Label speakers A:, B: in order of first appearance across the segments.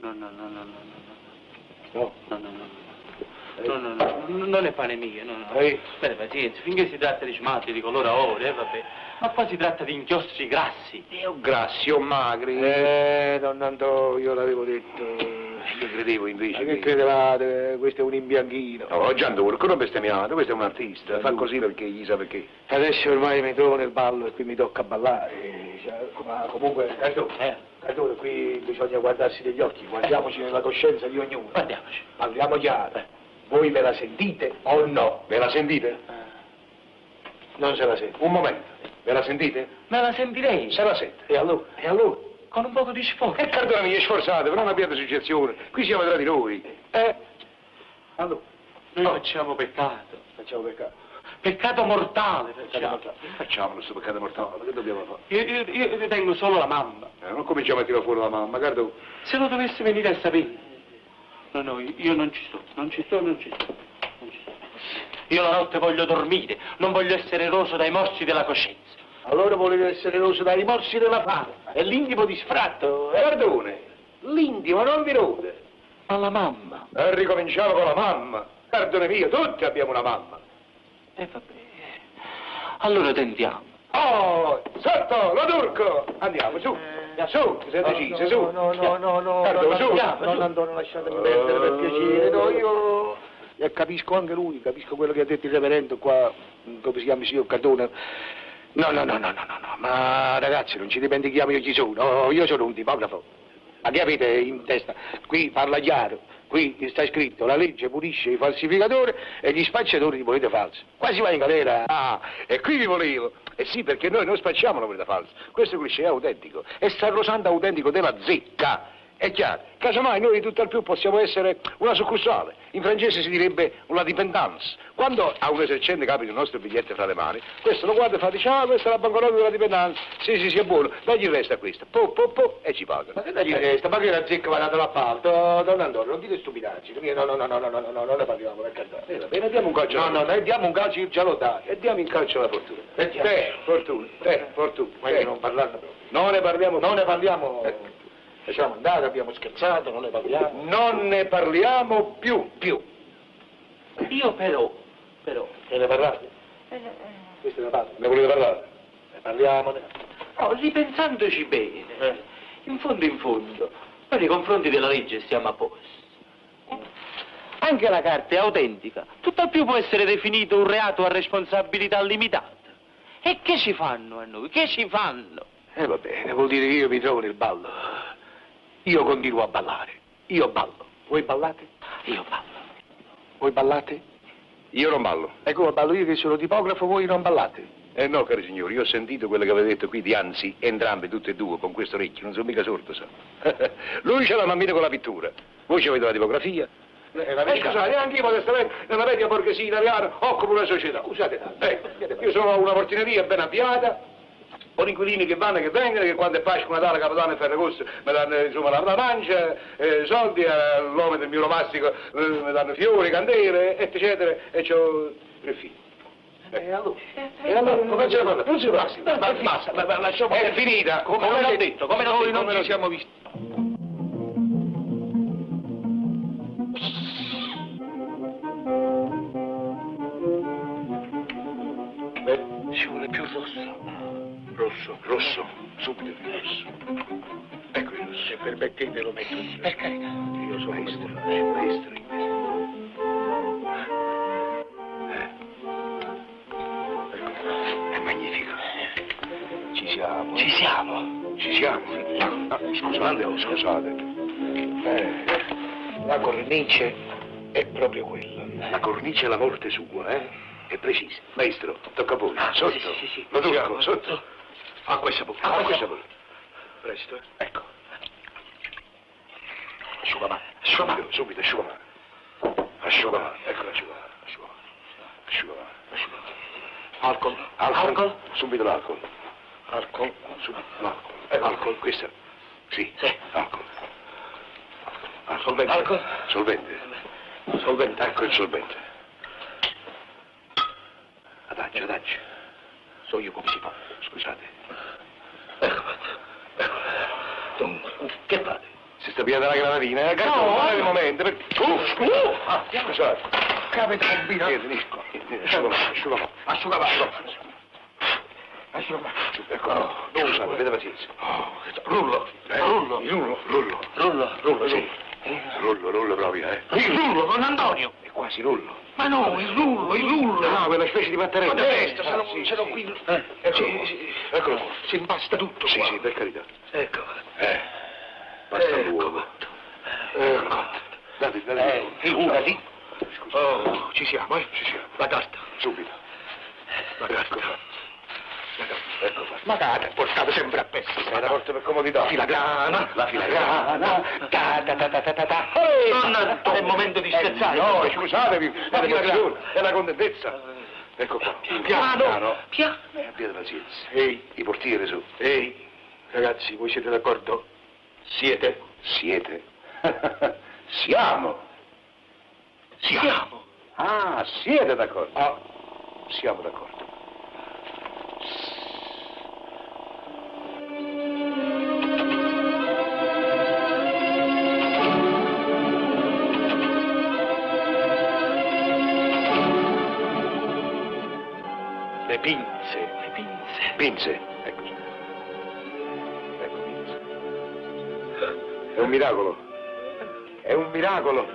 A: No, no, no, no, no, no,
B: No.
A: no, no, no. No, no, no, no, non è pane mio, no, no.
B: Ehi.
A: Stai pazienza, finché si tratta di smalti di colore a ore, eh, vabbè. Ma qua si tratta di inchiostri grassi.
B: Io grassi,
C: oh
B: io magri. Eh, don Nando, io l'avevo detto.
C: Io credevo
B: Ma
C: invece
B: che
C: che...
B: credevate? Questo è un imbianchino.
C: No, Gianturco, non bestemmiate, questo è un artista, fa
B: Gianturco.
C: così perché gli sa perché.
B: Adesso ormai mi trovo nel ballo e qui mi tocca ballare. Cioè, Ma comunque, Cardone,
A: Eh.
B: Cardone, qui bisogna guardarsi negli occhi, guardiamoci nella coscienza di ognuno.
A: Guardiamoci.
B: Parliamo chiaro. Voi ve la sentite o no?
C: Ve la sentite?
B: Non se la sente.
C: Un momento, ve la sentite?
A: Me la sentirei,
C: Se la sente.
B: E allora? E allora?
A: con un poco di sfogo.
C: E Cardone, Eh, mi sforzate, però non abbiate suggezione, qui siamo tra di noi.
B: Eh? Allora,
A: Noi facciamo peccato.
B: facciamo peccato.
A: Peccato mortale
B: Facciamo
A: facciamo.
B: peccato.
C: Facciamolo sto peccato mortale, ma che dobbiamo fare?
A: Io, io, io ritengo solo la mamma.
C: Eh, non cominciamo a tirare fuori la mamma, Cardone.
B: Eh,
A: Se lo dovesse venire a sapere. No, no, io non ci sto, non ci sto, non ci sto. non ci sto. Io la notte voglio dormire, non voglio essere roso dai morsi della coscienza.
B: Allora volete essere roso dai rimorsi della fame. È l'intimo di sfratto. eh?
C: Cardone, l'intimo non vi rode.
A: Ma la mamma.
C: E Eh, ricominciamo con la mamma. Cardone mio, tutti abbiamo una mamma.
A: E Eh, vabbè. Allora tentiamo.
C: Oh, sotto, lo turco! Andiamo, su, su, che siete decisi, su.
B: No, no, no, no,
C: Cardo,
B: no,
C: su.
B: Certo, andiamo, no,
C: su.
B: no, no, lasciatemi perdere per piacere, no, io... E capisco anche lui, capisco quello che ha detto il reverendo qua, come si chiama il signor Cardone. No, no, no, no, no, no, no, ma ragazzi, non ci dimentichiamo io chi sono, io sono un tipografo. Ma che avete in testa? Qui parla chiaro, qui sta scritto la legge punisce i falsificatori e gli spacciatori di monete false. Qua si va in galera.
C: Ah, e qui vi volevo. Eh sì, perché noi non spacciamo la verità falsa. Questo è un cliché autentico. È sacrosanto autentico della zecca. È chiaro, casomai noi tutt'al più possiamo essere una succursale. In francese si direbbe una dipendance. Quando a un esercente capita il nostro biglietto fra le mani, questo lo guarda e fa, dice, ah, questa è la banconota della dipendance. Sì, sì, sì, è buono. Dagli il resto a questo. Po, po, po, e ci pagano.
B: Ma che dagli resta? Ma che la zecca va data l'appalto? Don Antonio, non dite stupidaggini. perché No, no, no, no, no, no, no, no, non ne parliamo per carità.
C: Eh, va bene, diamo un calcio.
B: No, no, noi diamo un calcio, io già l'ho dato.
C: E diamo in calcio alla fortuna.
B: E diamo.
C: Te, Eh, fortuna, te, fortuna. eh.
B: Meglio
C: te.
B: non parlarne proprio.
C: Non ne parliamo
B: Non ne parliamo. Lasciamo andare, abbiamo scherzato, non ne parliamo.
C: Non ne parliamo più, più.
A: Io però, però,
B: E ne parlate? Questa è la parte.
C: Ne volete parlare?
B: Ne parliamone.
A: no, ripensandoci bene,
B: Eh.
A: in fondo in fondo, noi nei confronti della legge siamo a posto. Anche la carta è autentica, tutt'al più può essere definito un reato a responsabilità limitata. E che ci fanno a noi? Che ci fanno?
B: E Eh, va bene, vuol dire che io mi trovo nel ballo. Io continuo a ballare. Io ballo. Voi ballate?
A: Io parlo.
B: Voi ballate?
C: Io non ballo.
B: Ecco, ballo io che sono tipografo, voi non ballate.
C: Eh no, cari signori, io ho sentito quello che avete detto qui di anzi, entrambi, tutte e due, con questo orecchio, non sono mica sordo, sa. Lui ce l'ha mammina con la pittura, voi ci avete la tipografia.
B: Eh,
C: Ma scusate, anche io modestamente, nella media borghesia italiana, occupo una società. Scusate tanto. Eh, io sono una portineria ben avviata, con inquilini che vanno e che vengono, che quando è Pasqua, Natale, Capodanno e Ferragosto mi danno insomma, la, la mancia, eh, soldi, eh, l'uomo del mio mastico eh, mi danno fiori, candele, eccetera, e ho tre figli.
B: E allora?
C: E Eh, allora come ce la fanno? Non si può.
B: Ma basta, ma- ma lasciamo...
C: È finita, come,
B: Come
C: l'ho
B: l'ho
C: detto, come l'ho
B: noi
C: detto,
B: non
C: come
B: ci
C: l'ho
B: siamo
C: detto.
B: visti. Ci vuole più rosso.
C: Rosso, rosso, subito di rosso. Ecco il rosso. Se permettete lo metto in
B: Per carità.
C: Io sono maestro, eh, maestro. È magnifico. Ci siamo. Ci siamo. Ci siamo. Ah, scusate, oh, scusate.
B: La cornice è proprio quella.
C: La cornice è la morte sua, eh? È Ah, precisa. Maestro, tocca a voi. Sotto.
A: sì, sì, sì.
C: Lo tocco, sotto. A questa bocca. A questa bocca. Presto. Ecco. Asciugamano. Subito, subito, asciugamano. Asciugamano. Ecco l'asciugamano. Asciugamano. Asciugamano. Asciugamano.
B: Alcol.
C: Alcol.
B: Alcol.
C: Subito l'alcol.
B: Alcol.
C: Subito l'alcol. Ecco l'alcol, questa. Sì. Alcol. Alcol. Solvente.
B: Alcol.
C: Solvente. Solvente. Ecco il solvente. Adagio, adagio. So io come si fa. Scusate.
B: Dunque, che fate?
C: Si sta pigliando la granatina, eh? Cartone,
A: No,
C: guarda
A: no.
C: il momento. Per... Uh, uh, ah, scusate.
B: Capita combina.
C: Vieni,
A: Eh,
C: vieni, asciugamano, asciugamano. Asciugamano. Ecco, non usate, avete pazienza. Rullo, eh, rullo, rullo, rullo,
A: Rullo.
C: rullo, sì. Rullo, rullo proprio, eh.
A: Il rullo con Antonio.
C: È quasi rullo.
A: Ma no, il rullo, il rullo.
C: No, quella specie di mattarello.
A: Ma adesso, se
C: Ah,
A: non-
C: sì,
A: se non
C: sì.
A: qui-
C: Eh, Eccolo,
A: Sì,
C: qua.
A: sì.
C: eccolo. qua.
A: Si impasta tutto
C: Sì,
A: qua.
C: sì, per carità.
A: Ecco.
C: Eh, basta
A: Ecco
C: l'uovo.
A: fatto.
C: Ecco. Date, date.
A: Eh, figurati.
C: Scusa.
A: Oh, ci siamo, eh?
C: Ci siamo.
A: La carta.
C: Subito.
A: La carta.
C: Ecco qua.
A: Ma date, portate sempre a pezzi.
C: È la porta per comodità.
A: Filagrana.
C: La filagrana.
A: Ta ta ta ta ta ta ta. Nonna, è il momento di scherzare.
C: eh, no, scusatevi,
A: La
C: la
A: filagrana.
C: filagrana. È la contentezza. Ecco qua.
A: Piano, piano.
C: Eh, abbiate pazienza.
B: Ehi,
C: I portiere su.
B: ehi, ragazzi, voi siete d'accordo? Siete?
C: Siete. Siamo.
A: Siamo.
C: Ah, siete d'accordo.
B: Ah,
C: Siamo d'accordo.
A: Le pinze. Le pinze.
C: Pinze. Ecco. Ecco Pinze. È un miracolo. È un miracolo.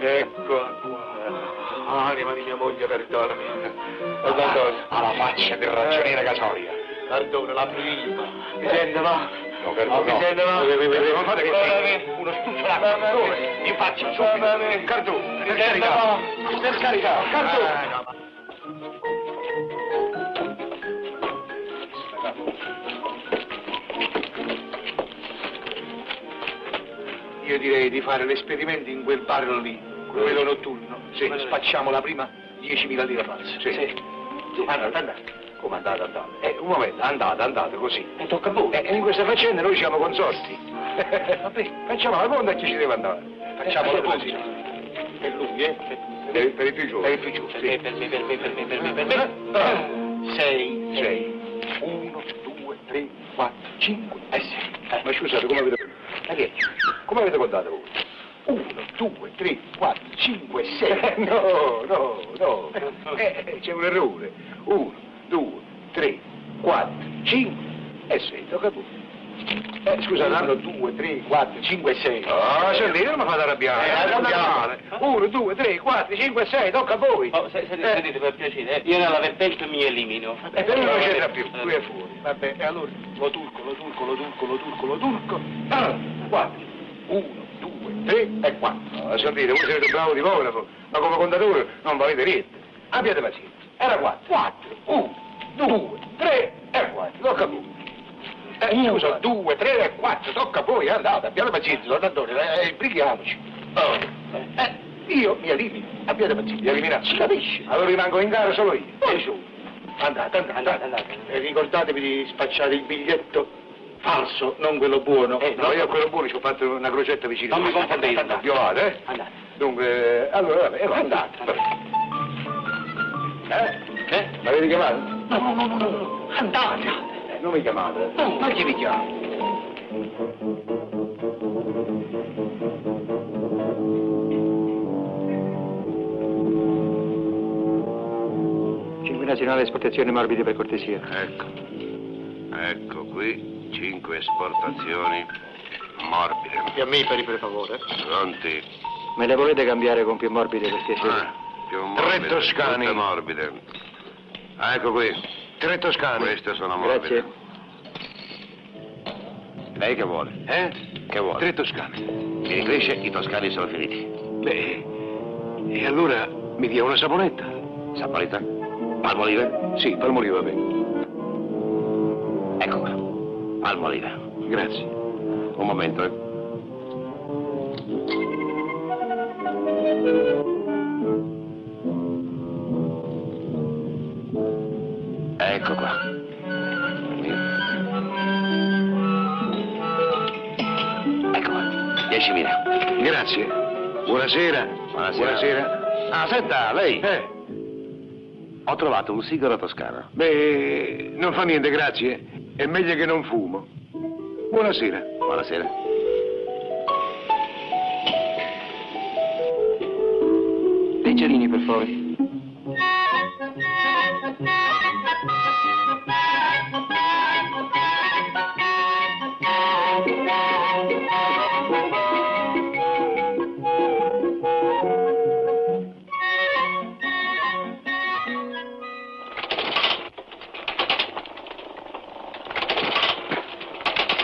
D: Eh,
C: Ecco.
B: anima di mia moglie, perdonami.
C: Alla, alla faccia del ragioniere Casoria.
B: Perdona, la prima. Mi sente, va?
C: No, Carlo,
B: Ah,
C: no.
B: Mi sente, va?
C: Eh, eh, eh, non fate così.
B: Eh,
A: Uno stuzzo la cartone. Gli faccio subito.
B: eh,
C: Cartù, per
B: Mi sente,
C: carità.
B: va?
C: Per carità.
A: Ah,
C: Cartù.
A: no, ma-
B: Io direi di fare l'esperimento in quel bar lì, quello notturno.
C: Sì.
B: Spacciamo la prima 10.000 lire false.
C: Sì.
A: Andate, andate.
C: Come andate, andate? Eh, un momento, andate, andate, così.
A: E tocca a voi.
C: Eh, in questa faccenda noi siamo consorti. Vabbè, facciamo la conta a chi ci deve andare. Eh, Facciamo la
B: facciamo
C: così.
A: Per lui, eh.
C: Per, per i più giovani.
B: Per il più giovane.
A: Per me, per me, per me, per me, per me, per me. Sei.
C: Sei.
B: 1, 2, 3, 4, 5 e 6.
C: eh, Ma scusate, come avete... Ma che? Come avete contato voi?
B: 1, 2, 3, 4, 5 e 6.
C: Eh, no, no, no. Eh, eh, c'è un errore. Uno, due, tre, quattro, cinque e sei. Ho capito. Eh, scusate, hanno
B: 1,
C: due.
B: 2, 3, 4, 5 e 6.
C: Ah, c'è lì, non mi fate arrabbiare.
B: Eh, arrabbiare.
C: Uno, due, tre, quattro, cinque e sei, tocca a voi.
A: Oh, se- se-
C: Eh.
A: sedete, per piacere, eh. io dalla vertenza mi elimino.
C: E per lui non c'entra più, lui è fuori.
B: Vabbè, e allora lo turco, lo turco, lo turco, lo turco, lo turco. Ah, 4, 1, 2, 3 e 4.
C: Ah, sentite, voi siete un bravo tipografo, ma come contatore non valete niente. Abbiate pazienza. Era quattro.
B: 4, 1, 2, 3 e 4.
C: Tocca a voi. Eh, scusa, due, tre e quattro, tocca a voi, andate, abbiate pazienza, don Antonio, eh, brighiamoci. Oh. Eh, io mi elimino, abbiate pazienza. Vi eliminate?
B: Si capisce?
C: Allora rimango in gara solo io.
B: Poi su. Andate, andate,
A: Andate,
B: andate.
A: andate.
B: E ricordatevi di spacciare il biglietto falso, non quello buono.
A: Eh,
C: No, io a quello buono ci ho fatto una crocetta vicino.
A: Non mi confondete.
C: Andate, Violate, eh?
A: Andate.
C: Dunque, eh, allora, vabbè, eh, andate.
B: Andate,
C: Eh?
A: Eh?
C: M'avete chiamato?
A: No, no, no, no, no, no. Andate.
C: Eh, non mi chiamate.
A: No, ma chi vi chiama?
E: Cinque nazionale esportazione morbide per cortesia.
D: Ecco, ecco qui, cinque esportazioni morbide.
B: E a me i pari per favore.
D: Pronti?
E: Me le volete cambiare con più morbide per piacere?
D: Eh, più morbide.
C: Tre toscani.
D: tutte morbide. Ah, Ecco qui,
C: Tre toscani.
D: queste sono morbide.
E: Grazie.
D: Lei che vuole?
C: Eh?
D: Che vuole?
C: Tre toscani.
D: Mi ricresce, i toscani sono finiti.
C: Beh, e allora mi dia una saponetta.
D: Saponita? Palmolive?
C: Sì, palmoliva, va bene.
D: Ecco qua, palmolive.
C: Grazie.
D: Un momento, eh. Ecco qua. Ecco qua, 10.000.
C: Grazie. Buonasera.
D: Buonasera.
C: Buonasera.
D: Ah, senta, lei.
C: Eh,
D: Ho trovato un sigaro toscano.
C: beh, non fa niente, grazie. È meglio che non fumo. Buonasera.
D: Buonasera.
E: Leggerini, per favore.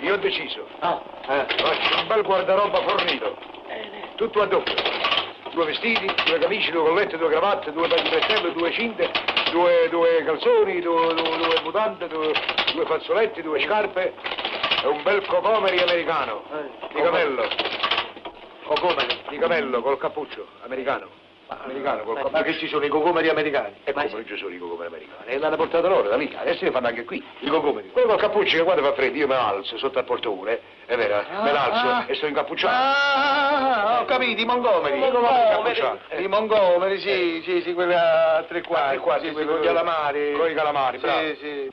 C: Io ho deciso.
A: Ah,
C: Faccio Eh, un bel guardaroba fornito. Tutto a doppio. Due vestiti, due camicie, due collette, due cravatte, due pezzi di prestello, due cinte, due, due calzoni, due, due, due mutande, due, due fazzoletti, due scarpe e un bel cocomeri americano. Di camello. Cocomeri? Di camello, col cappuccio, americano. Americano, col cappuccio.
B: Ah, Ma che ci sono i cocomeri americani?
C: E come non ci sono i cocomeri americani? E l'hanno portato loro da lì, adesso ne fanno anche qui. I cocomeri. Quello col cappuccio che quando fa freddo io me lo alzo sotto al portone, è vero, me lo alzo
B: ah.
C: e sono incappucciato.
B: Ah, ho capito, i Montgomery.
C: I Montgomery.
B: Eh, I Montgomery, sì, sì, sì, quella a tre quarti.
C: tre quarti,
B: sì, sì,
C: quello-
B: con i calamari.
C: con i calamari,
B: sì,
C: bravo.
B: Sì.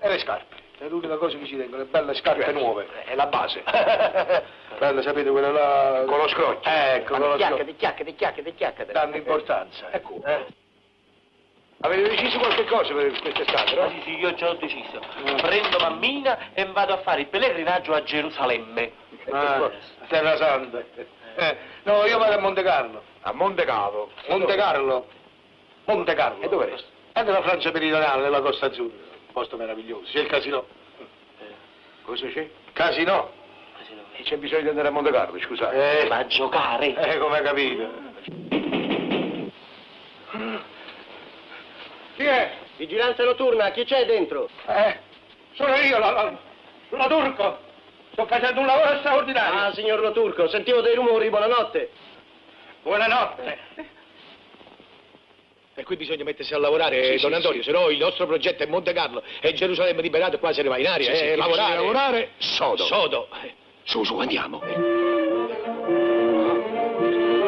B: E le scarpe. È l'unica cosa che ci tengo, le belle scarpe
C: Scarpe
B: nuove.
C: nuove, Eh, è la base.
B: Belle, sapete, quella là...
C: Con lo scrocchio.
B: Ecco, con lo scrocchio.
A: chiacchiate, chiacchiate, chiacchiate.
B: Danno importanza. Ecco.
C: Eh, Avete deciso qualche cosa per quest'estate,
A: Ah,
C: no?
A: sì, sì, io già ho deciso. Prendo mammina e vado a fare il pellegrinaggio a Gerusalemme.
B: Ah, Terra Santa. Eh, no, io vado a Monte Carlo.
C: A Monte Cavo.
B: Monte Carlo. Monte Carlo.
C: E dove resta?
B: È nella Francia meridionale, nella Costa Azzurra. Un posto meraviglioso. C'è il casino.
C: Eh, Cosa c'è?
B: Casino?
C: E c'è bisogno di andare a Monte Carlo, scusate.
B: Eh,
A: Ma a giocare.
B: eh, come hai capito?
C: Chi è?
F: Vigilanza notturna, chi c'è dentro?
B: Eh, sono io, la, la, la Turco. Sto facendo un lavoro straordinario.
F: Ah, signor Lo Turco, sentivo dei rumori, buonanotte.
B: Buonanotte.
G: Per cui bisogna mettersi a lavorare,
C: Sì,
G: Don
C: sì,
G: Antonio,
C: sì.
G: se no il nostro progetto è Monte Carlo e Gerusalemme liberato qua se ne va in aria,
C: Sì, sì,
G: eh,
C: chi
G: lavorare.
C: bisogna lavorare, sodo.
G: Sodo.
C: Su, su, andiamo.